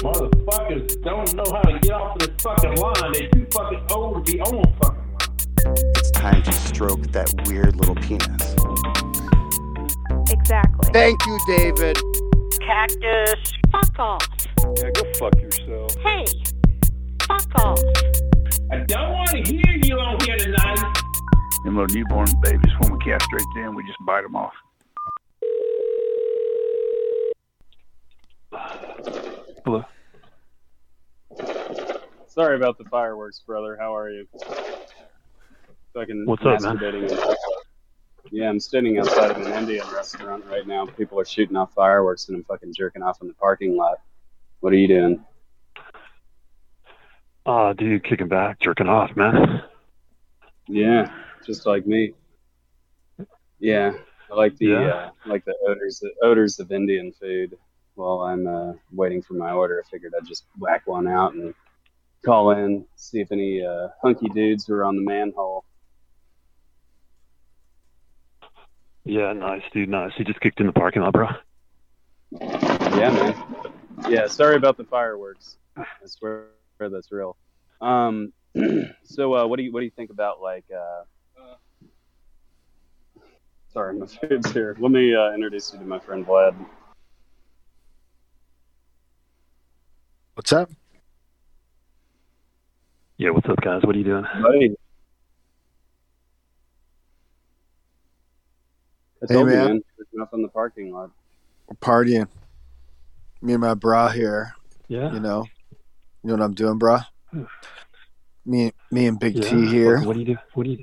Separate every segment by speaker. Speaker 1: Motherfuckers don't know how to get off this fucking line. They too fucking old to be on fucking line.
Speaker 2: It's time to stroke that weird little penis.
Speaker 3: Exactly.
Speaker 4: Thank you, David.
Speaker 5: Cactus. Fuck off.
Speaker 6: Yeah, go fuck yourself.
Speaker 5: Hey. Fuck off.
Speaker 1: I don't want to hear you on here tonight.
Speaker 6: Them little newborn babies, when we castrate them, we just bite them off. Hello.
Speaker 7: Sorry about the fireworks, brother. How are you? Fucking
Speaker 6: What's up, man?
Speaker 7: masturbating. Yeah, I'm standing outside of an Indian restaurant right now. People are shooting off fireworks, and I'm fucking jerking off in the parking lot. What are you doing?
Speaker 6: Uh, dude, kicking back, jerking off, man.
Speaker 7: Yeah, just like me. Yeah, I like the
Speaker 6: Yeah.
Speaker 7: uh, I like the odors the odors of Indian food. While I'm uh, waiting for my order, I figured I'd just whack one out and call in, see if any uh, hunky dudes were on the manhole.
Speaker 6: Yeah, nice, dude, nice. He just kicked in the parking lot, bro.
Speaker 7: Yeah, man. Yeah, sorry about the fireworks. I swear that's real. Um, so uh, what do you what do you think about like? Uh, sorry, my food's here. Let me uh, introduce you to my friend Vlad.
Speaker 2: What's up?
Speaker 6: Yeah, what's up, guys? What are you doing?
Speaker 7: Buddy. I
Speaker 4: Hey,
Speaker 7: told you,
Speaker 4: man.
Speaker 7: man. There's enough in the parking lot.
Speaker 4: We're partying. Me and my bra here,
Speaker 6: Yeah.
Speaker 4: you know. You know what I'm doing, bra? Me me and Big
Speaker 6: yeah.
Speaker 4: T here.
Speaker 6: What, what do you do? What do you do?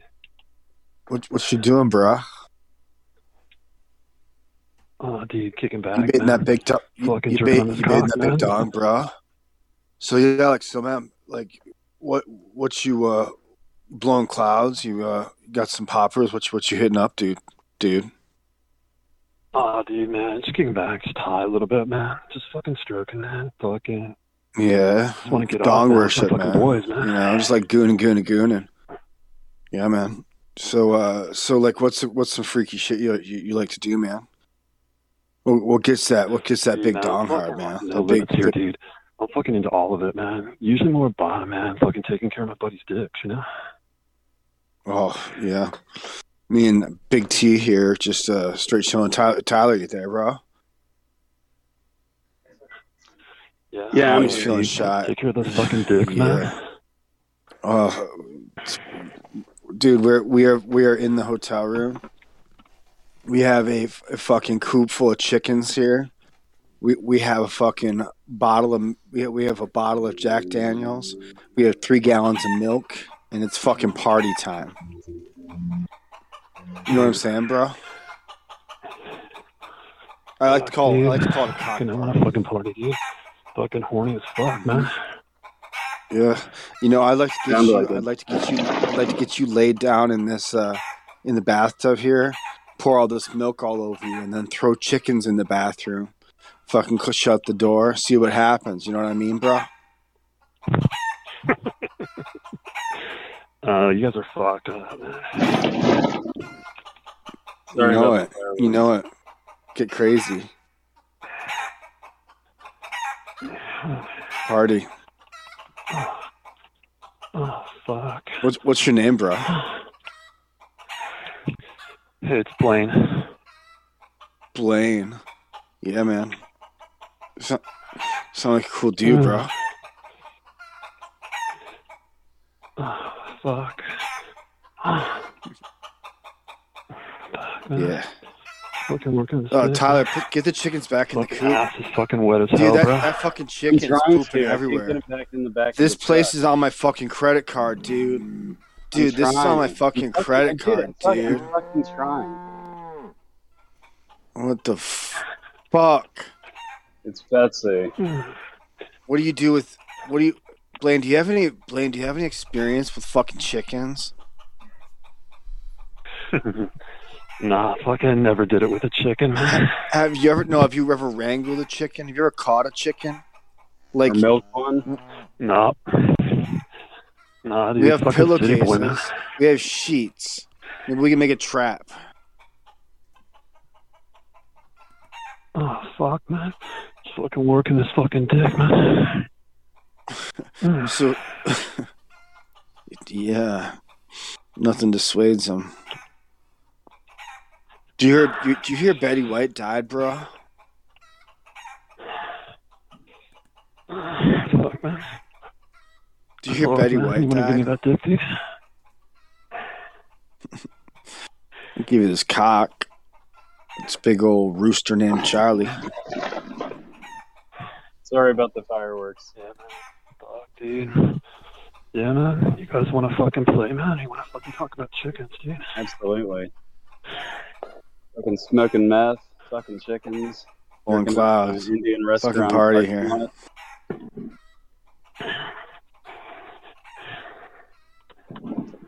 Speaker 4: What what you doing, bra?
Speaker 6: Oh, dude, kicking back.
Speaker 4: You baiting
Speaker 6: man.
Speaker 4: that big dog. You,
Speaker 6: Fucking
Speaker 4: you,
Speaker 6: jerk
Speaker 4: bait,
Speaker 6: on his
Speaker 4: you baiting
Speaker 6: cock,
Speaker 4: that
Speaker 6: man.
Speaker 4: big dog, bro. So yeah, like so, man. Like, what what you uh blowing clouds? You uh got some poppers? What you- what you hitting up, dude? Dude,
Speaker 6: Oh, dude, man, just kicking back, just high a little bit, man. Just fucking stroking that. Fucking.
Speaker 4: yeah.
Speaker 6: Just want to get
Speaker 4: Dong
Speaker 6: off, man.
Speaker 4: worship,
Speaker 6: My fucking
Speaker 4: man.
Speaker 6: Boys,
Speaker 4: You
Speaker 6: man.
Speaker 4: know, just like gooning, gooning, gooning. Yeah, man. So uh, so like, what's what's some freaky shit you you, you like to do, man? What, what gets that? What gets that
Speaker 6: Dude,
Speaker 4: big
Speaker 6: man,
Speaker 4: dong
Speaker 6: fuck
Speaker 4: hard, man?
Speaker 6: No
Speaker 4: That big,
Speaker 6: limits here, dude. I'm fucking into all of it, man. Usually more bottom, man. Fucking taking care of my buddy's dicks, you know.
Speaker 4: oh yeah. Me and Big T here, just uh, straight showing Tyler, Tyler you there, bro.
Speaker 6: Yeah.
Speaker 7: Yeah, I'm
Speaker 6: Dude,
Speaker 7: just
Speaker 4: feeling
Speaker 6: dude,
Speaker 4: shot.
Speaker 6: Take care of those fucking dicks, man.
Speaker 4: Oh, dude, we're we are we are in the hotel room. We have a, f- a fucking coop full of chickens here. We we have a fucking bottle of we have, we have a bottle of Jack Daniels. We have three gallons of milk, and it's fucking party time. You know what I'm saying, bro? I like to call I like to call it a cock
Speaker 6: Fucking, I'm
Speaker 4: party.
Speaker 6: not fucking party, dude. Fucking horny as fuck, man.
Speaker 4: Yeah, you know, I'd like to get
Speaker 7: Sounds
Speaker 4: you.
Speaker 7: like it.
Speaker 4: I'd like to get you. I'd like to get you laid down in this, uh, in the bathtub here. Pour all this milk all over you, and then throw chickens in the bathroom. Fucking cl- shut the door. See what happens. You know what I mean, bro?
Speaker 6: Uh, you guys are fucked up, man.
Speaker 7: Sorry
Speaker 4: you know
Speaker 7: about
Speaker 4: it.
Speaker 7: the fireworks.
Speaker 4: You know it. Get crazy. Party.
Speaker 6: Oh, fuck.
Speaker 4: What's what's your name, bro?
Speaker 6: Hey, it's Blaine.
Speaker 4: Blaine. Yeah, man. So, sound like a cool dude,
Speaker 6: Mm.
Speaker 4: bro.
Speaker 6: Oh, fuck. Oh. Fuck, man.
Speaker 4: Yeah.
Speaker 6: Fucking working this
Speaker 4: Oh,
Speaker 6: dick.
Speaker 4: Tyler, put, get the chickens back in the
Speaker 6: Fucking
Speaker 4: coop.
Speaker 6: ass is fucking wet as hell,
Speaker 4: Dude, that,
Speaker 6: bro.
Speaker 4: that fucking
Speaker 7: I'm
Speaker 4: chicken's
Speaker 7: trying
Speaker 4: pooping
Speaker 7: to. I keep
Speaker 4: everywhere.
Speaker 7: getting back in the back of
Speaker 4: This
Speaker 7: the
Speaker 4: place
Speaker 7: truck.
Speaker 4: is on my fucking credit card, dude. Dude,
Speaker 7: I'm
Speaker 4: this is on my
Speaker 7: trying.
Speaker 4: fucking
Speaker 7: I'm
Speaker 4: credit
Speaker 7: fucking-
Speaker 4: card,
Speaker 7: I'm fucking-
Speaker 4: dude.
Speaker 7: I'm fucking trying.
Speaker 4: What the f- fuck?
Speaker 7: It's Betsy.
Speaker 4: What do you do with? What do you, Blaine? Do you have any? Blaine, do you have any experience with fucking chickens?
Speaker 6: Nah, fucking never did it with a chicken, man.
Speaker 4: Have you ever? No. Have you ever wrangled a chicken? Have you ever caught a chicken? Like
Speaker 7: Or milk one.
Speaker 6: Nah. Nah, dude.
Speaker 4: we have
Speaker 6: fucking city boy, man.
Speaker 4: pillowcases. We have sheets. Maybe we can make a trap.
Speaker 6: Oh, fuck, man. fucking working this fucking dick, man. Mm.
Speaker 4: So, yeah, nothing dissuades him. Do you hear? You, do you hear Betty White died, bro?
Speaker 6: Fuck, man.
Speaker 4: Do you hear
Speaker 6: Lord,
Speaker 4: Betty
Speaker 6: man,
Speaker 4: White
Speaker 6: You wanna give me
Speaker 4: died?
Speaker 6: that dick, dude?
Speaker 4: Give you this cock. This big old rooster named Charlie.
Speaker 7: Sorry about the fireworks.
Speaker 6: Yeah, man. Fuck, dude. Yeah, man. You guys want to fucking play, man? You want to fucking talk about chickens, dude?
Speaker 7: Absolutely. Fucking smoking meth, fucking chickens.
Speaker 4: On
Speaker 7: working at
Speaker 4: clouds.
Speaker 7: an Indian restaurant.
Speaker 4: party here.
Speaker 7: lot.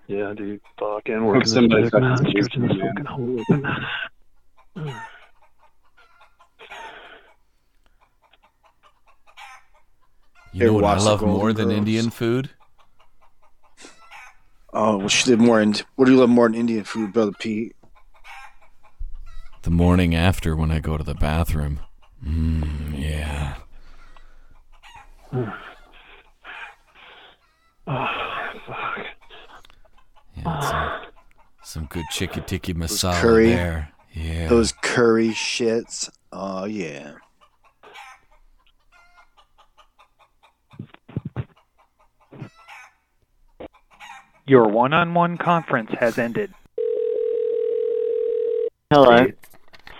Speaker 6: Yeah, dude. Fucking working this
Speaker 7: somebody
Speaker 6: dick,
Speaker 7: fucking
Speaker 6: man.
Speaker 7: sees
Speaker 6: Stretching
Speaker 7: me,
Speaker 6: this
Speaker 7: man.
Speaker 6: fucking hole open, man. Mm.
Speaker 3: You
Speaker 4: Here,
Speaker 3: know what I
Speaker 4: watch the
Speaker 3: love
Speaker 4: Golden
Speaker 3: more than
Speaker 4: Girls.
Speaker 3: Indian food?
Speaker 4: Oh, well, she did more. In, what do you love more than Indian food, brother Pete?
Speaker 3: The morning after when I go to the bathroom. Mmm, yeah.
Speaker 6: Oh, fuck.
Speaker 3: yeah some, some good chicky tikki masala
Speaker 4: curry.
Speaker 3: there. Yeah.
Speaker 4: Those curry shits. Oh yeah.
Speaker 8: Your one on one conference has ended.
Speaker 9: Hello.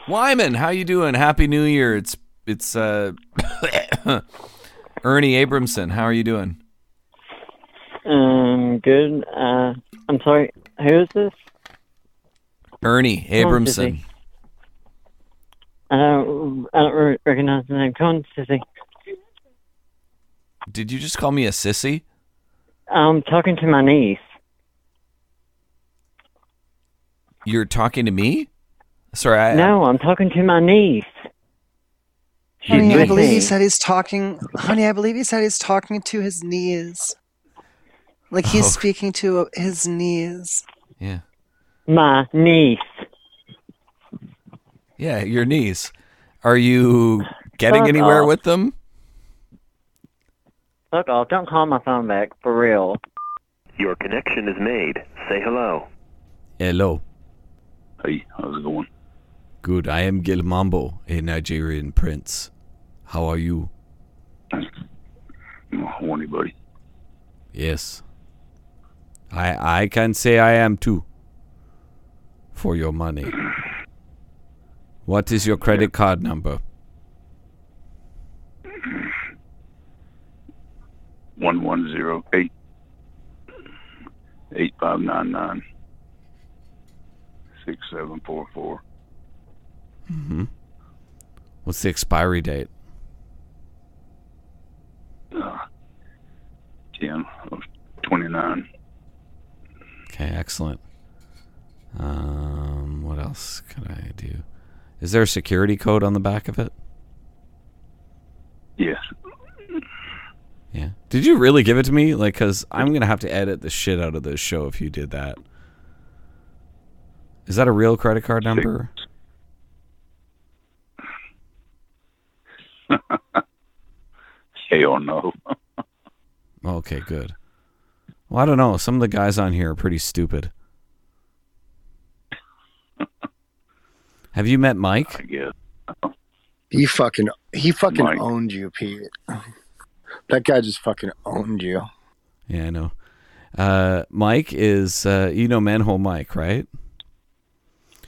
Speaker 3: Wyman, how you doing? Happy New Year. It's it's uh Ernie Abramson. How are you doing?
Speaker 9: Um, good. Uh, I'm sorry. Who is this?
Speaker 3: Ernie
Speaker 9: on, Sissy.
Speaker 3: Abramson.
Speaker 9: I don't, I don't re- recognize the name. Come on, sissy.
Speaker 3: Did you just call me a sissy?
Speaker 9: I'm talking to my niece.
Speaker 3: You're talking to me? Sorry, I
Speaker 9: No, I'm talking to my niece. She's
Speaker 3: Honey, I
Speaker 9: with
Speaker 3: believe
Speaker 9: me.
Speaker 10: he's talking. Honey, I believe he said he's talking to his knees. Like
Speaker 3: he's Oh.
Speaker 10: speaking to his knees.
Speaker 3: Yeah.
Speaker 9: My niece.
Speaker 3: Yeah, your knees. Are you getting
Speaker 9: Fuck
Speaker 3: anywhere
Speaker 9: off.
Speaker 3: with them?
Speaker 9: Fuck off. Don't call my phone back. For real.
Speaker 8: Your connection is made. Say hello.
Speaker 3: Hello.
Speaker 11: Hey, how's it going?
Speaker 3: Good. I am Gil Mambo, a Nigerian prince. How are you?
Speaker 11: How are you, buddy?
Speaker 3: Yes. I I can say I am too. For your money. What is your credit card number?
Speaker 11: One one zero eight eight five nine nine six seven four four
Speaker 3: Mm-hmm. What's the expiry date?
Speaker 11: Uh, ten twenty nine.
Speaker 3: Okay, excellent. Um, what else could I do? Is there a security code on the back of it?
Speaker 11: Yes.
Speaker 3: Yeah. Did you really give it to me? Like, cause I'm gonna have to edit the shit out of this show if you did that. Is that a real credit card number?
Speaker 11: Hell no.
Speaker 3: Okay, good. Well, I don't know. Some of the guys on here are pretty stupid. Have you met
Speaker 11: I
Speaker 3: Mike?
Speaker 11: guess.
Speaker 4: He fucking he fucking
Speaker 11: Mike.
Speaker 4: owned you, Pete. That guy just fucking owned you.
Speaker 3: Yeah, I know. Uh, Mike is, uh, you know, manhole Mike, right?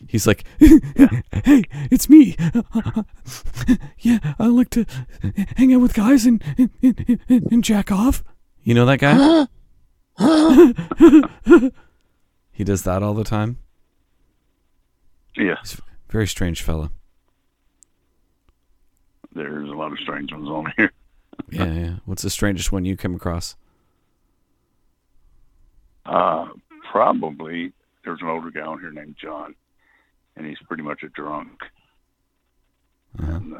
Speaker 3: He's like, hey, it's me. yeah, I like to hang out with guys and and, and, and jack off. You know that guy? he does that all the time.
Speaker 11: Yeah,
Speaker 3: He's a very strange fella.
Speaker 11: there's a lot of strange ones on here.
Speaker 3: Yeah, yeah. What's the strangest one you came across?
Speaker 11: Uh, probably there's an older guy on here named John, and he's pretty much a drunk.
Speaker 3: Uh-huh.
Speaker 11: And, uh,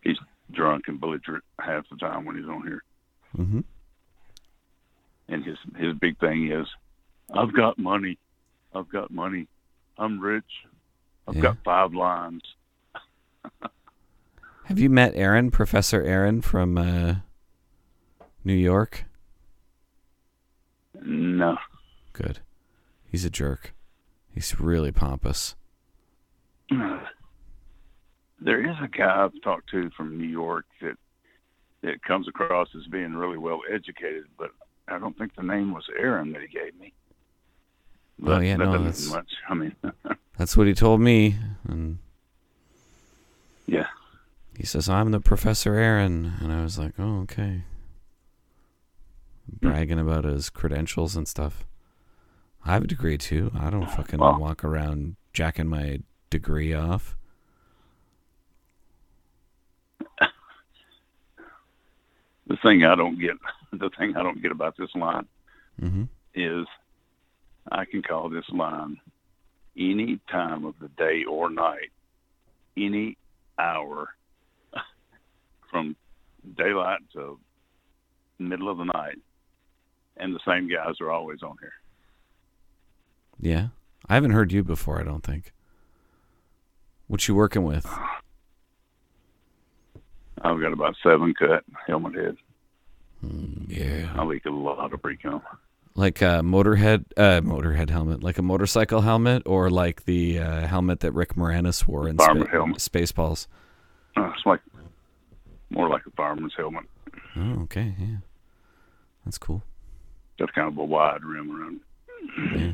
Speaker 11: he's drunk and belligerent half the time when he's on here.
Speaker 3: Mm-hmm.
Speaker 11: And his his big thing is, I've got money, I've got money, I'm rich, I've
Speaker 3: Yeah.
Speaker 11: got five lines.
Speaker 3: Have you met Aaron, Professor Aaron from uh, New York?
Speaker 11: No.
Speaker 3: Good. He's a jerk. He's really pompous.
Speaker 11: There is a guy I've talked to from New York that that comes across as being really well educated, but I don't think the name was Aaron that he gave me.
Speaker 3: oh yeah,
Speaker 11: that
Speaker 3: no,
Speaker 11: doesn't
Speaker 3: that's
Speaker 11: much. I mean,
Speaker 3: that's what he told me, and
Speaker 11: Yeah.
Speaker 3: he says I'm the Professor Aaron, and I was like, oh okay,
Speaker 11: Hmm.
Speaker 3: bragging about his credentials and stuff. I have a degree too. I don't fucking walk around jacking my degree off.
Speaker 11: the thing I don't get, the thing I don't get about this line
Speaker 3: Mm-hmm.
Speaker 11: is I can call this line any time of the day or night, any hour from daylight to middle of the night, and the same guys are always on here.
Speaker 3: Yeah, I haven't heard you before. I don't think. What you working with?
Speaker 11: I've got about seven cut helmet head.
Speaker 3: Hmm. yeah,
Speaker 11: I leak a lot of pre-com.
Speaker 3: Like a motorhead, uh, motorhead helmet, like a motorcycle helmet, or like the uh, helmet that Rick Moranis wore in
Speaker 11: Fireman
Speaker 3: Spa-
Speaker 11: helmet.
Speaker 3: Spaceballs.
Speaker 11: Uh, it's like more like a fireman's helmet.
Speaker 3: Oh, okay, yeah, that's cool.
Speaker 11: Got kind of a wide rim around. it.
Speaker 3: Yeah.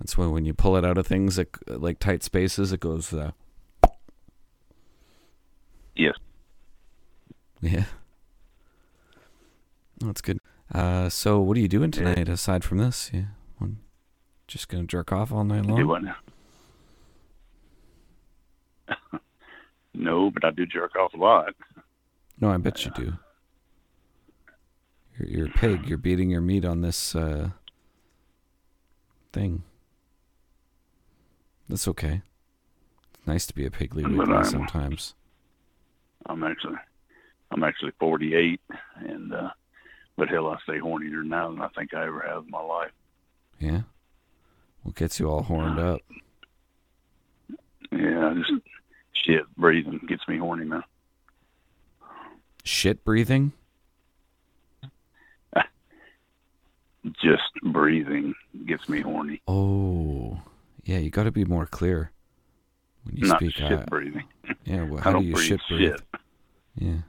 Speaker 3: That's why when you pull it out of things that, like tight spaces, it goes. Uh,
Speaker 11: Yes.
Speaker 3: Yeah. Oh, that's good. Uh, so what are you doing tonight aside from this? Yeah, one, just gonna jerk off all night
Speaker 11: I
Speaker 3: long.
Speaker 11: do what now? no, but I do jerk off a lot.
Speaker 3: No, I bet you do. You're, you're a pig. You're beating your meat on this uh, thing. That's okay. It's nice to be a pigly
Speaker 11: But
Speaker 3: wiggly
Speaker 11: I'm-
Speaker 3: sometimes.
Speaker 11: I'm actually, I'm actually 48, and uh, but hell, I stay hornier now than I think I ever have in my life.
Speaker 3: Yeah. What gets you all horned up?
Speaker 11: Yeah, I just shit breathing gets me horny now.
Speaker 3: Shit breathing?
Speaker 11: Just breathing gets me horny.
Speaker 3: Oh, yeah. You got to be more clear when you
Speaker 11: Not
Speaker 3: speak.
Speaker 11: shit
Speaker 3: I-
Speaker 11: breathing.
Speaker 3: Yeah. Well,
Speaker 11: I
Speaker 3: how do
Speaker 11: don't
Speaker 3: you
Speaker 11: breathe
Speaker 3: shit breathe?
Speaker 11: shit.
Speaker 3: Yeah.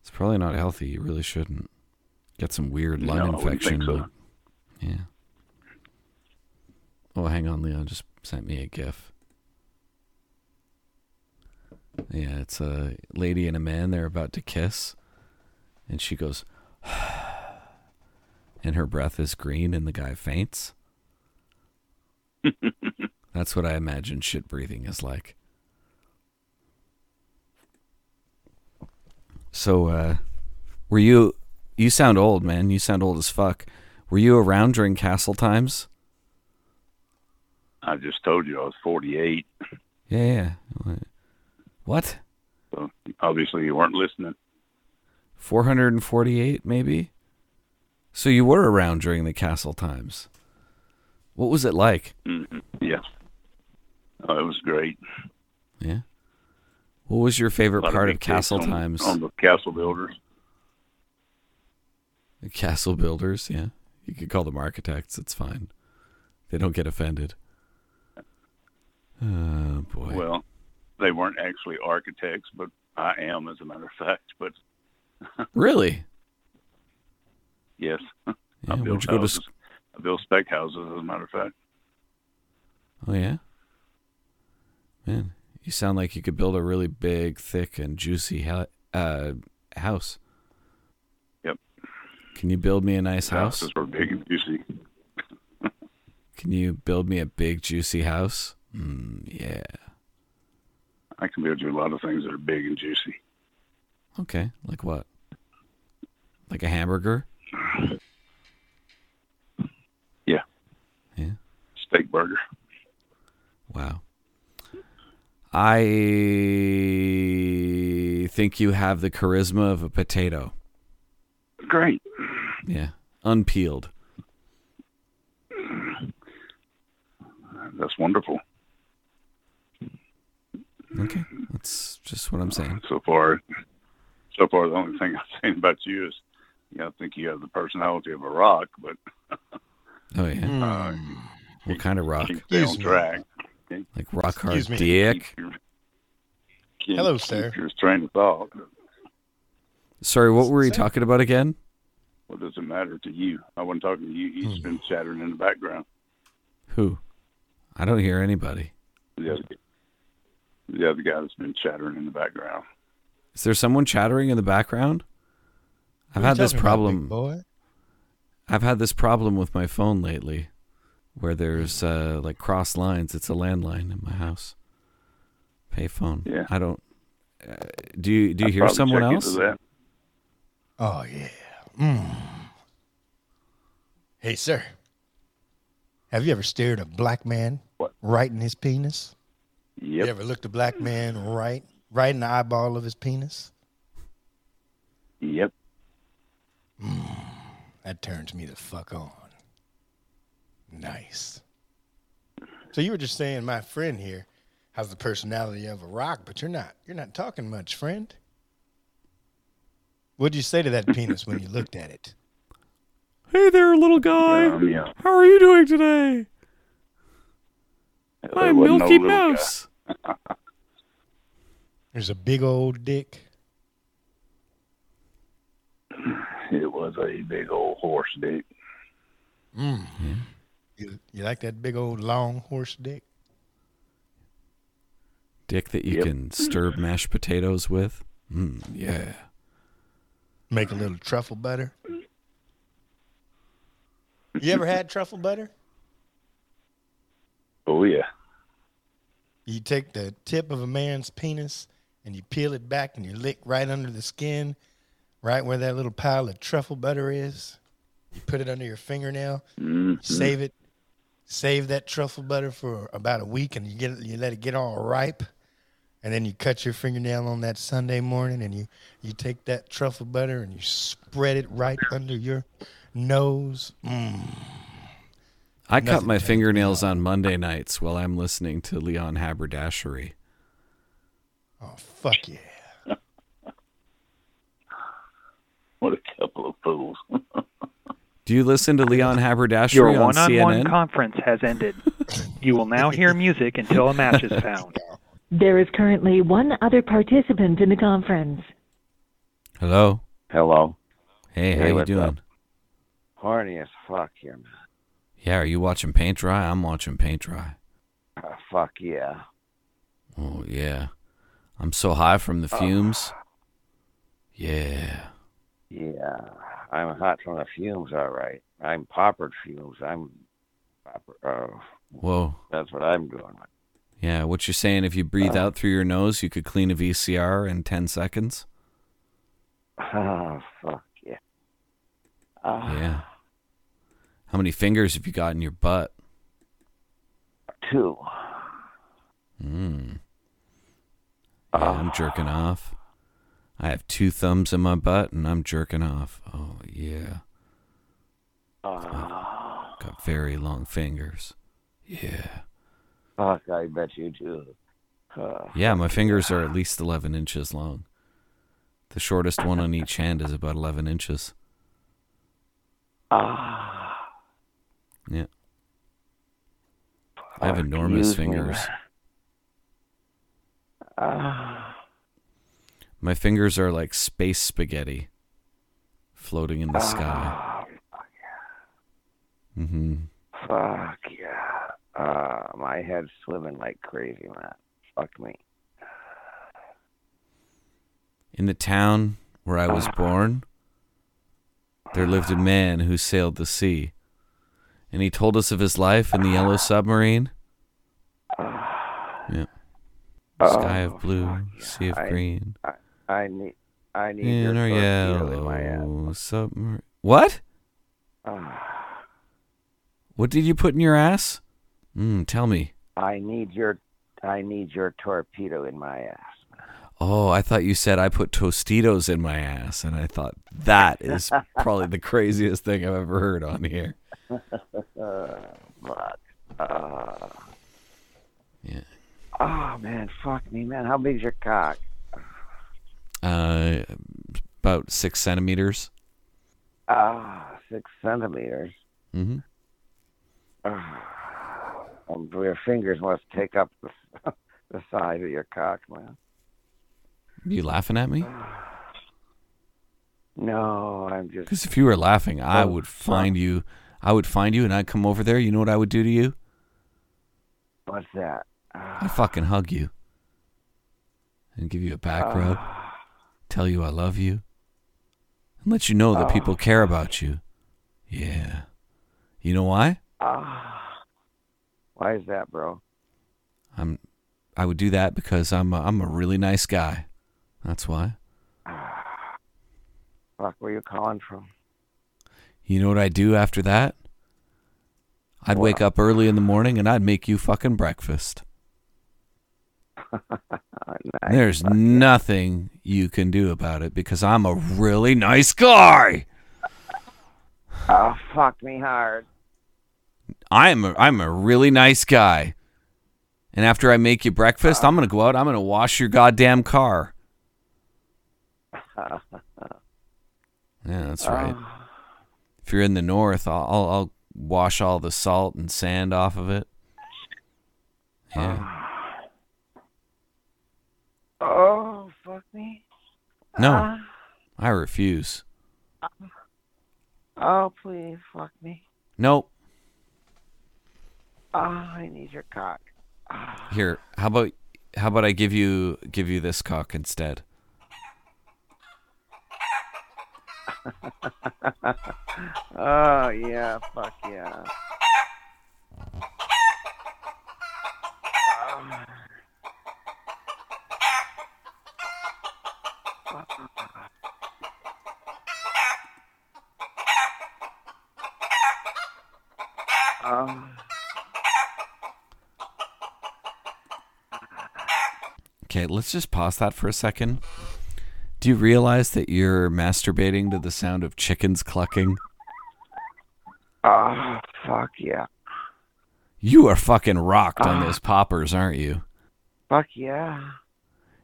Speaker 3: It's probably not healthy. You really shouldn't. Got some weird
Speaker 11: No,
Speaker 3: lung
Speaker 11: I wouldn't
Speaker 3: infection.
Speaker 11: think so.
Speaker 3: but- Yeah. Oh, hang on. Leon just sent me a gif. Yeah, it's a lady and a man. They're about to kiss. And she goes, and her breath is green, and the guy faints. That's what I imagine shit breathing is like. So, uh, were you? You sound old, man. You sound old as fuck. Were you around during Castle times?
Speaker 11: I just told you I was 48.
Speaker 3: Yeah, yeah. yeah. What?
Speaker 11: So obviously you weren't listening.
Speaker 3: Four hundred and forty-eight, maybe. So you were around during the Castle times. What was it like?
Speaker 11: Mm-hmm. Yeah. Oh, it was great.
Speaker 3: Yeah. What was your favorite
Speaker 11: lot
Speaker 3: part of
Speaker 11: big dicks
Speaker 3: Castle
Speaker 11: on-
Speaker 3: times?
Speaker 11: on the castle builders.
Speaker 3: The Castle builders, yeah. You could call them architects. It's fine. They don't get offended. Oh boy.
Speaker 11: Well, they weren't actually architects, but I am, as a matter of fact. But
Speaker 3: really?
Speaker 11: yes,
Speaker 3: Yeah,
Speaker 11: I
Speaker 3: where'd
Speaker 11: built
Speaker 3: you go to
Speaker 11: houses. I built spec houses, as a matter of fact.
Speaker 3: Oh yeah. Man, you sound like you could build a really big, thick, and juicy hou- uh, house.
Speaker 11: Yep.
Speaker 3: Can you build me a nice house?
Speaker 11: Houses were big and juicy.
Speaker 3: Can you build me a big, juicy house? Mm, yeah.
Speaker 11: I can build you a lot of things that are big and juicy.
Speaker 3: Okay. Like what? Like a hamburger?
Speaker 11: Yeah.
Speaker 3: Yeah.
Speaker 11: Steak burger.
Speaker 3: Wow. I think you have the charisma of a potato.
Speaker 11: Great.
Speaker 3: Yeah. Unpeeled.
Speaker 11: That's wonderful.
Speaker 3: Okay, that's just what I'm saying.
Speaker 11: So far, so far the only thing I've seen about you is, yeah, I think you have the personality of a rock, but
Speaker 3: Oh yeah.
Speaker 11: Hmm. Um,
Speaker 3: what kind of rock?
Speaker 11: stay on track. Can't-
Speaker 3: Ah, Like rock hard
Speaker 11: Excuse me.
Speaker 3: dick.
Speaker 11: can't
Speaker 12: Hello,
Speaker 11: keep
Speaker 12: sir.
Speaker 11: Your train of thought.
Speaker 3: Sorry, what were you talking about again?
Speaker 11: What does it matter to you? I wasn't talking to you. You've
Speaker 3: Hmm.
Speaker 11: been chattering in the background.
Speaker 3: Who? I don't hear anybody.
Speaker 11: The other, the other guy that's been chattering in the background.
Speaker 3: Is there someone chattering in the background?
Speaker 11: What
Speaker 3: I've
Speaker 11: are you
Speaker 3: had this
Speaker 11: talking about, big
Speaker 3: problem.
Speaker 12: boy?
Speaker 3: I've had this problem with my phone lately where there's uh, like cross lines. It's a landline in my house. Payphone.
Speaker 11: Yeah.
Speaker 3: I don't uh, do you do you
Speaker 11: I'd
Speaker 3: hear
Speaker 11: probably
Speaker 3: someone
Speaker 11: check into
Speaker 3: else?
Speaker 11: that.
Speaker 12: Oh yeah. Mm. Hey, sir. Have you ever stared a black man right in his penis?
Speaker 11: Yep.
Speaker 12: You ever looked a black man right right in the eyeball of his penis?
Speaker 11: Yep.
Speaker 12: Hmm. That turns me the fuck on. Nice. So you were just saying my friend here has the personality of a rock, but you're not you're not talking much, friend. What'd you say to that penis when you looked at it?
Speaker 3: Hey there, little guy.
Speaker 12: Um, yeah.
Speaker 3: How are you doing today?
Speaker 12: There
Speaker 3: I'm
Speaker 12: wasn't no
Speaker 3: Milky
Speaker 12: little guy.
Speaker 3: Mouse.
Speaker 12: There's a big old dick.
Speaker 11: It was a big old horse dick.
Speaker 12: Mm. You, you like that big old long horse dick?
Speaker 3: Dick that you can stir mashed potatoes with. Mm, yeah.
Speaker 12: Make a little truffle butter. You ever had truffle butter?
Speaker 11: Oh yeah.
Speaker 12: You take the tip of a man's penis and you peel it back and you lick right under the skin, right where that little pile of truffle butter is. You put it under your fingernail,
Speaker 11: Mhm.
Speaker 12: save it, save that truffle butter for about a week, and you get it, you let it get all ripe, and then you cut your fingernail on that Sunday morning, and you you take that truffle butter and you spread it right under your nose. Mm.
Speaker 3: I cut
Speaker 12: Nothing
Speaker 3: my fingernails on Monday nights while I'm listening to Leon Haberdashery.
Speaker 12: Oh, Fuck yeah.
Speaker 11: What a couple of fools.
Speaker 3: Do you listen to Leon
Speaker 8: Your
Speaker 3: Haberdashery on
Speaker 8: one-on-one
Speaker 3: CNN?
Speaker 8: conference has ended. you will now hear music until a match is found.
Speaker 13: There is currently one other participant in the conference.
Speaker 3: Hello.
Speaker 14: Hello.
Speaker 3: Hey, how
Speaker 14: Hey,
Speaker 3: you
Speaker 14: what's
Speaker 3: doing?
Speaker 14: up? Horny as fuck here, man.
Speaker 3: Yeah, are you watching paint dry? I'm watching paint dry.
Speaker 14: Ah, fuck yeah.
Speaker 3: Oh yeah, I'm so high from the
Speaker 14: Oh.
Speaker 3: fumes. Yeah.
Speaker 14: Yeah. I'm hot from the fumes, all right. I'm poppered fumes. I'm popper. Oh,
Speaker 3: Whoa.
Speaker 14: that's what I'm doing.
Speaker 3: Yeah. What you're saying? If you breathe
Speaker 14: Uh,
Speaker 3: out through your nose, you could clean a VCR in ten seconds.
Speaker 14: Ah, fuck yeah. Ah,
Speaker 3: Yeah. How many fingers have you got in your butt?
Speaker 14: Two.
Speaker 3: Mm. Yeah,
Speaker 14: Ah.
Speaker 3: I'm jerking off. I have two thumbs in my butt and I'm jerking off. Oh yeah.
Speaker 14: Ah.
Speaker 3: Got very long fingers. Yeah.
Speaker 14: Fuck, I bet you do. Ah.
Speaker 3: Yeah, my fingers are at least 11 inches long. The shortest one on each hand is about 11 inches.
Speaker 14: ah.
Speaker 3: Yeah. I have enormous
Speaker 14: Excuse me,
Speaker 3: fingers.
Speaker 14: man. Ah.
Speaker 3: My fingers are like space spaghetti floating in the sky. Mm-hmm.
Speaker 14: Fuck yeah. Uh, my head's swimming like crazy, man. Fuck me.
Speaker 3: In the town where I
Speaker 14: Uh-huh.
Speaker 3: was born, there lived a man who sailed the sea. And he told us of his life in the yellow submarine. Yeah. Sky
Speaker 14: Oh,
Speaker 3: of blue, sea of green.
Speaker 14: I need, I need your
Speaker 3: In our
Speaker 14: torpedo in my ass.
Speaker 3: yellow submarine. What?
Speaker 14: Ah,
Speaker 3: What did you put in your ass? Mm, tell me.
Speaker 14: I need your, I need your torpedo in my ass.
Speaker 3: Oh, I thought you said I put Tostitos in my ass, and I thought that is probably the craziest thing I've ever heard on here.
Speaker 14: Uh, fuck. Uh,
Speaker 3: Yeah.
Speaker 14: Oh man, fuck me, man. How big's your cock?
Speaker 3: Uh, about six centimeters.
Speaker 14: Ah, six centimeters.
Speaker 3: Mm-hmm.
Speaker 14: Ah, um, your fingers must take up the, s- the size of your cock, man.
Speaker 3: You laughing at me?
Speaker 14: No, I'm just.
Speaker 3: Because if you were laughing, I would find you. I would find you, and I'd come over there. You know what I would do to you?
Speaker 14: What's that?
Speaker 3: I'd fucking hug you, and give you a back rub, tell you I love you, and let you know that people care about you. Yeah. You know why?
Speaker 14: Ah, why is that, bro?
Speaker 3: I'm I would do that because I'm a, I'm a really nice guy. That's why.
Speaker 14: Fuck, where you calling from?
Speaker 3: You know what I do after that? I'd wake up early in the morning and I'd make you fucking breakfast. And There's nothing you can do about it because I'm a really nice guy.
Speaker 14: Oh, fuck me hard.
Speaker 3: I'm a, I'm a really nice guy. And after I make you breakfast, I'm going to go out, I'm going to wash your goddamn car.
Speaker 14: yeah,
Speaker 3: that's right. If you're in the north, I'll, I'll I'll wash all the salt and sand off of it. Yeah.
Speaker 14: Oh, fuck me.
Speaker 3: No. I refuse.
Speaker 14: Oh, please, fuck me.
Speaker 3: Nope.
Speaker 14: Oh, I need your cock.
Speaker 3: Here. How about how about I give you give you this cock instead?
Speaker 14: Oh, yeah, fuck yeah. Um,
Speaker 3: Okay, let's just pause that for a second. Do you realize that you're masturbating to the sound of chickens clucking?
Speaker 14: oh, fuck yeah. Uh-huh.
Speaker 3: You are fucking rocked on those poppers, aren't you?
Speaker 14: Fuck yeah.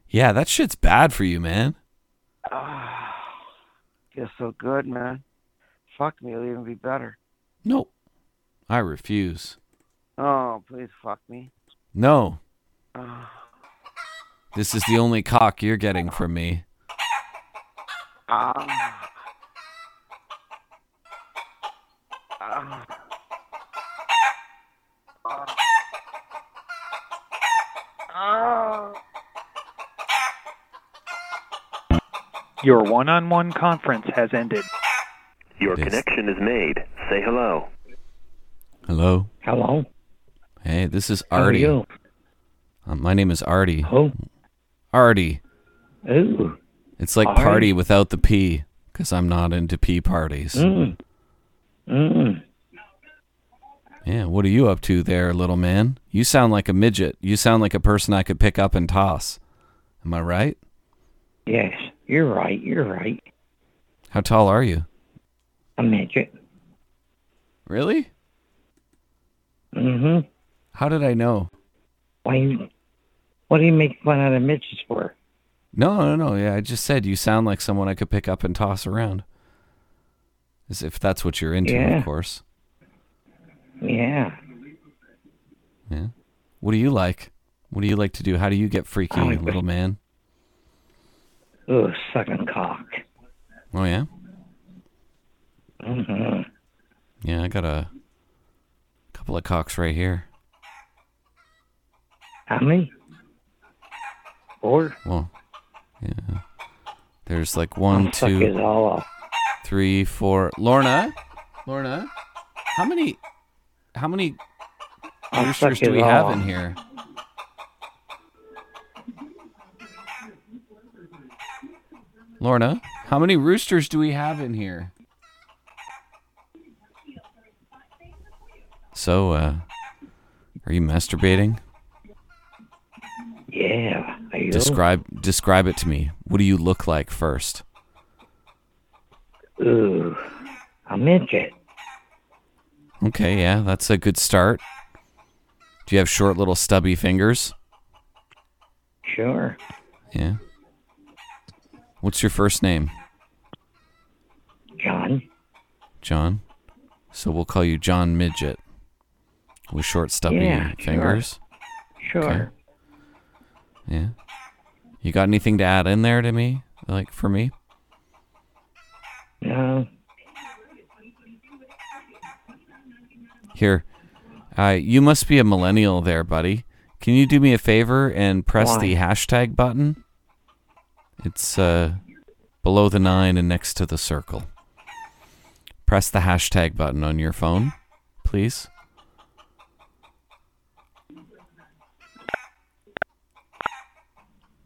Speaker 3: Yeah, that shit's bad for you, man.
Speaker 14: Ah, Feels so good, man. Fuck me, it'll even be better.
Speaker 3: Nope. I refuse.
Speaker 14: Oh, please fuck me.
Speaker 3: No.
Speaker 14: Oh,
Speaker 3: This is the only cock you're getting from me.
Speaker 14: ah. Ah. Ah.
Speaker 8: Your one-on-one conference has ended.
Speaker 15: Your connection is made. Say hello.
Speaker 3: Hello.
Speaker 15: Hello.
Speaker 3: Hey, this is
Speaker 15: How are
Speaker 3: Artie.
Speaker 15: you? Oh.
Speaker 3: Uh, my name is Artie. Who? Artie.
Speaker 15: Ooh.
Speaker 3: It's like
Speaker 15: Artie.
Speaker 3: party without the P, because I'm not into pee parties.
Speaker 15: Mm. Mm.
Speaker 3: Yeah, what are you up to there, little man? You sound like a midget. You sound like a person I could pick up and toss. Am I right?
Speaker 15: Yes, you're right. You're right.
Speaker 3: How tall are you?
Speaker 15: A midget.
Speaker 3: Really?
Speaker 15: Mm-hmm.
Speaker 3: How did I know?
Speaker 15: Why? You, what do you make fun out of midgets for?
Speaker 3: No, no, no. Yeah, I just said you sound like someone I could pick up and toss around. As if that's what you're into,
Speaker 15: Yeah.
Speaker 3: of course.
Speaker 15: Yeah.
Speaker 3: Yeah. What do you like? What do you like to do? How do you get freaky,
Speaker 15: like
Speaker 3: little man?
Speaker 15: Ooh, sucking cock.
Speaker 3: Oh yeah.
Speaker 15: Mm-hmm.
Speaker 3: Yeah, I got a couple of cocks right here.
Speaker 15: How many? Four.
Speaker 3: Well, yeah. There's like
Speaker 15: I'll
Speaker 3: one,
Speaker 15: suck his
Speaker 3: two,
Speaker 15: all off.
Speaker 3: three, four. Lorna, Lorna, how many, how many
Speaker 15: I'll suck
Speaker 3: roosters do
Speaker 15: his
Speaker 3: we
Speaker 15: all
Speaker 3: have
Speaker 15: off.
Speaker 3: in here? Lorna, how many roosters do we have in here? So, uh, are you masturbating?
Speaker 15: Yeah. Are you?
Speaker 3: Describe describe it to me. What do you look like first?
Speaker 15: Ooh, a midget.
Speaker 3: Okay, yeah, that's a good start. Do you have short little stubby fingers?
Speaker 15: sure.
Speaker 3: Yeah. What's your first name?
Speaker 15: John.
Speaker 3: John. So we'll call you John Midget. With short stubby
Speaker 15: Yeah, sure.
Speaker 3: fingers.
Speaker 15: Sure.
Speaker 3: Yeah. You got anything to add in there to me? Like for me?
Speaker 15: No.
Speaker 3: Here. Uh, you must be a millennial there, buddy. Can you do me a favor and press
Speaker 15: Why?
Speaker 3: the hashtag button? It's uh, below the nine and next to the circle. Press the hashtag button on your phone, please.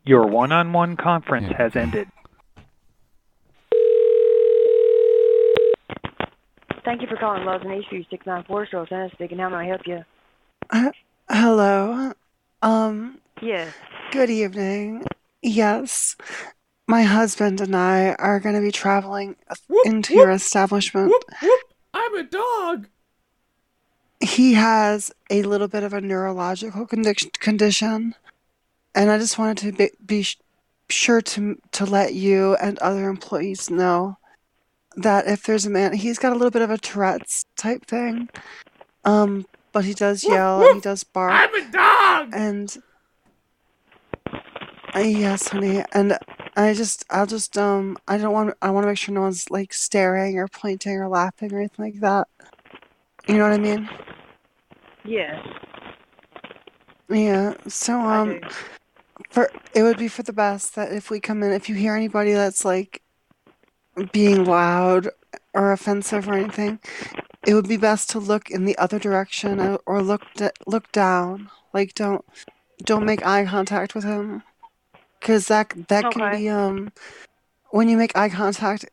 Speaker 8: Your one-on-one conference has ended.
Speaker 16: Thank you for calling Lowe's and East Street 694 Show Center speaking. How may I help you?
Speaker 17: Uh, hello. Um,
Speaker 16: Yes.
Speaker 17: good evening. Yes, my husband and I are going to be traveling into your establishment.
Speaker 3: I'm a dog.
Speaker 17: He has a little bit of a neurological condition, condition and I just wanted to be, be sh- sure to to let you and other employees know that if there's a man, he's got a little bit of a Tourette's type thing, um, but he does yell and he does bark. I'm a dog. And uh, yes, honey, and I just I'll just um I don't want I want to make sure no one's like staring or pointing or laughing or anything like that. You know what I mean?
Speaker 16: Yes.
Speaker 17: Yeah. So um, for it would be for the best that if we come in, if you hear anybody that's like being loud or offensive or anything, it would be best to look in the other direction or, or look d look down. Like don't don't make eye contact with him, because that c- that can be um when you make eye contact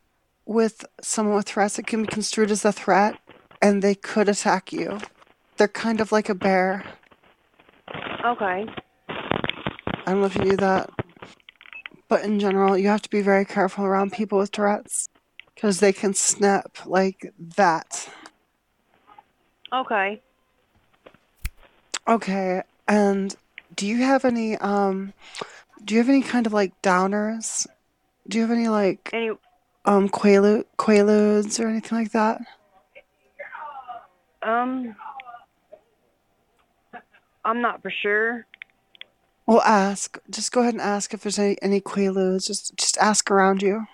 Speaker 17: with someone with threats, it can be construed as a threat, and they could attack you. They're kind of like a bear.
Speaker 16: Okay.
Speaker 17: I don't know if you knew that, but in general, you have to be very careful around people with Tourette's because they can snap like that.
Speaker 16: Okay.
Speaker 17: Okay, and do you have any um, do you have any kind of like downers? Do you have any like
Speaker 16: any
Speaker 17: um quaalu- quaaludes or anything like that?
Speaker 16: Um, I'm not for sure.
Speaker 17: Well, ask. Just go ahead and ask if there's any any quaaludes. Just just ask around you.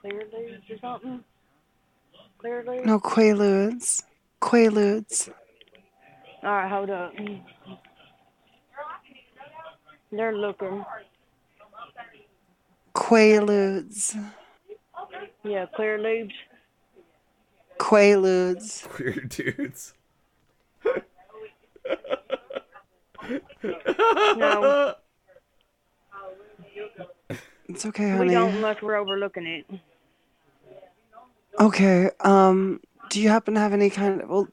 Speaker 16: Clear leaves or something? Clear leaves?
Speaker 17: No quaaludes. Quaaludes.
Speaker 16: All right, hold up. They're looking.
Speaker 17: Quaaludes.
Speaker 16: Yeah, clear leaves.
Speaker 17: Quaaludes.
Speaker 3: Queer dudes.
Speaker 16: No.
Speaker 17: It's okay,
Speaker 16: We
Speaker 17: honey.
Speaker 16: don't unless we're overlooking it.
Speaker 17: Okay. Um, do you happen to have any kind of well,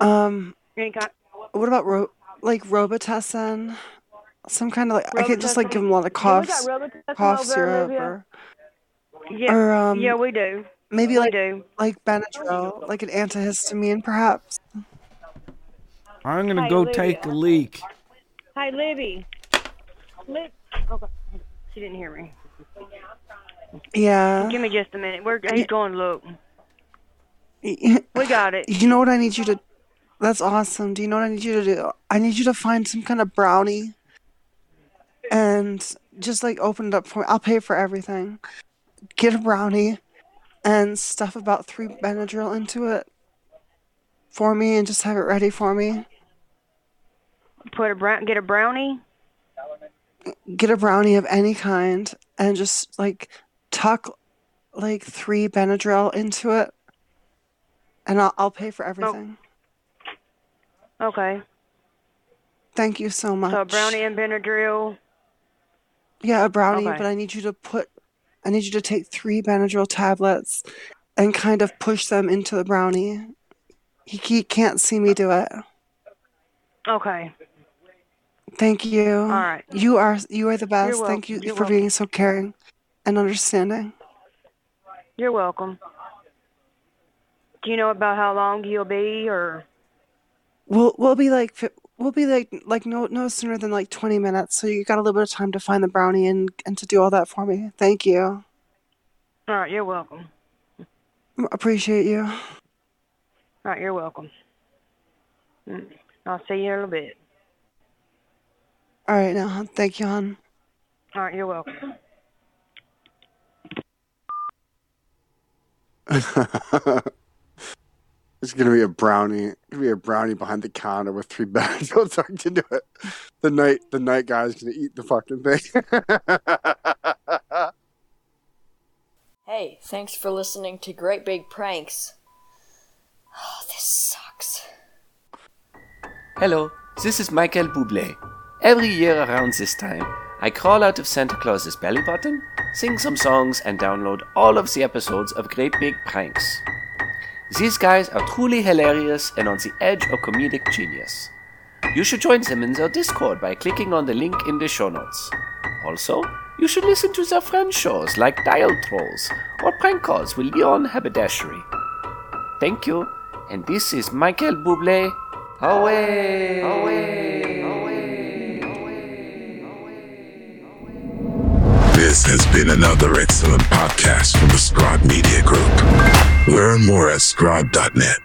Speaker 17: um,
Speaker 16: Any kind
Speaker 17: what about ro- like Robitussin? Some kind of like I could just like give
Speaker 16: Robitussin?
Speaker 17: him a lot
Speaker 16: Yeah,
Speaker 17: of
Speaker 16: we got
Speaker 17: coughs,
Speaker 16: Robitussin
Speaker 17: cough
Speaker 16: over there,
Speaker 17: syrup,
Speaker 16: Olivia.
Speaker 17: or
Speaker 16: Yeah.
Speaker 17: Or, um,
Speaker 16: yeah, we do.
Speaker 17: maybe
Speaker 16: we
Speaker 17: like
Speaker 16: do.
Speaker 17: like Benadryl, like an antihistamine, perhaps.
Speaker 18: I'm gonna
Speaker 16: Hi,
Speaker 18: go
Speaker 16: Olivia.
Speaker 18: take a leak.
Speaker 16: Hey, Libby. Lib. Okay. She didn't hear me.
Speaker 17: Yeah. Uh-huh.
Speaker 16: Give me just a minute. We're he's going to look.
Speaker 17: We
Speaker 16: got it.
Speaker 17: You know what I need you to? That's awesome. Do you know what I need you to do? I need you to find some kind of brownie, and just like open it up for me. I'll pay for everything. Get a brownie, and stuff about three Benadryl into it for me, and just have it ready for me.
Speaker 16: Put a brown. Get a brownie.
Speaker 17: Get a brownie of any kind, and just like tuck like three Benadryl into it, and I'll I'll pay
Speaker 16: Oh.
Speaker 17: for everything.
Speaker 16: Okay.
Speaker 17: Thank you so much.
Speaker 16: So brownie and Benadryl.
Speaker 17: Yeah, a brownie,
Speaker 16: Okay.
Speaker 17: but I need you to put, I need you to take three Benadryl tablets and kind of push them into the brownie. He, he can't see me do it.
Speaker 16: Okay.
Speaker 17: Thank you. All
Speaker 16: right.
Speaker 17: You are you are the best.
Speaker 16: wel-
Speaker 17: Thank you
Speaker 16: you're
Speaker 17: for being so caring and understanding.
Speaker 16: You're welcome. Do you know about how long you'll be, or
Speaker 17: We'll we'll be like fi- we'll be like like no no sooner than like 20 minutes so you got a little bit of time to find the brownie and and to do all that for me thank you
Speaker 16: All right, you're welcome.
Speaker 17: appreciate you
Speaker 16: All right, you're welcome. Mm, I'll see you in a little bit.
Speaker 17: all right now hon. thank you hon
Speaker 16: All right, you're welcome.
Speaker 4: It's gonna be a brownie. It's gonna be a brownie behind the counter with three bags. Don't talk to do it. The night, the night guy's gonna eat the fucking thing.
Speaker 19: Hey, thanks for listening to Great Big Pranks. Oh, this sucks.
Speaker 20: Hello, this is Michael Bublé. Every year around this time, I crawl out of Santa Claus's belly button, sing some songs, and download all of the episodes of Great Big Pranks. These guys are truly hilarious and on the edge of comedic genius. You should join them in their Discord by clicking on the link in the show notes. Also, you should listen to their friend shows like Dial Trolls or Prank Calls with Leon Haberdashery. Thank you, and this is Michael Bublé. Away! Away!
Speaker 21: This has been another excellent podcast from the Scribe Media Group. Learn more at scribe.net.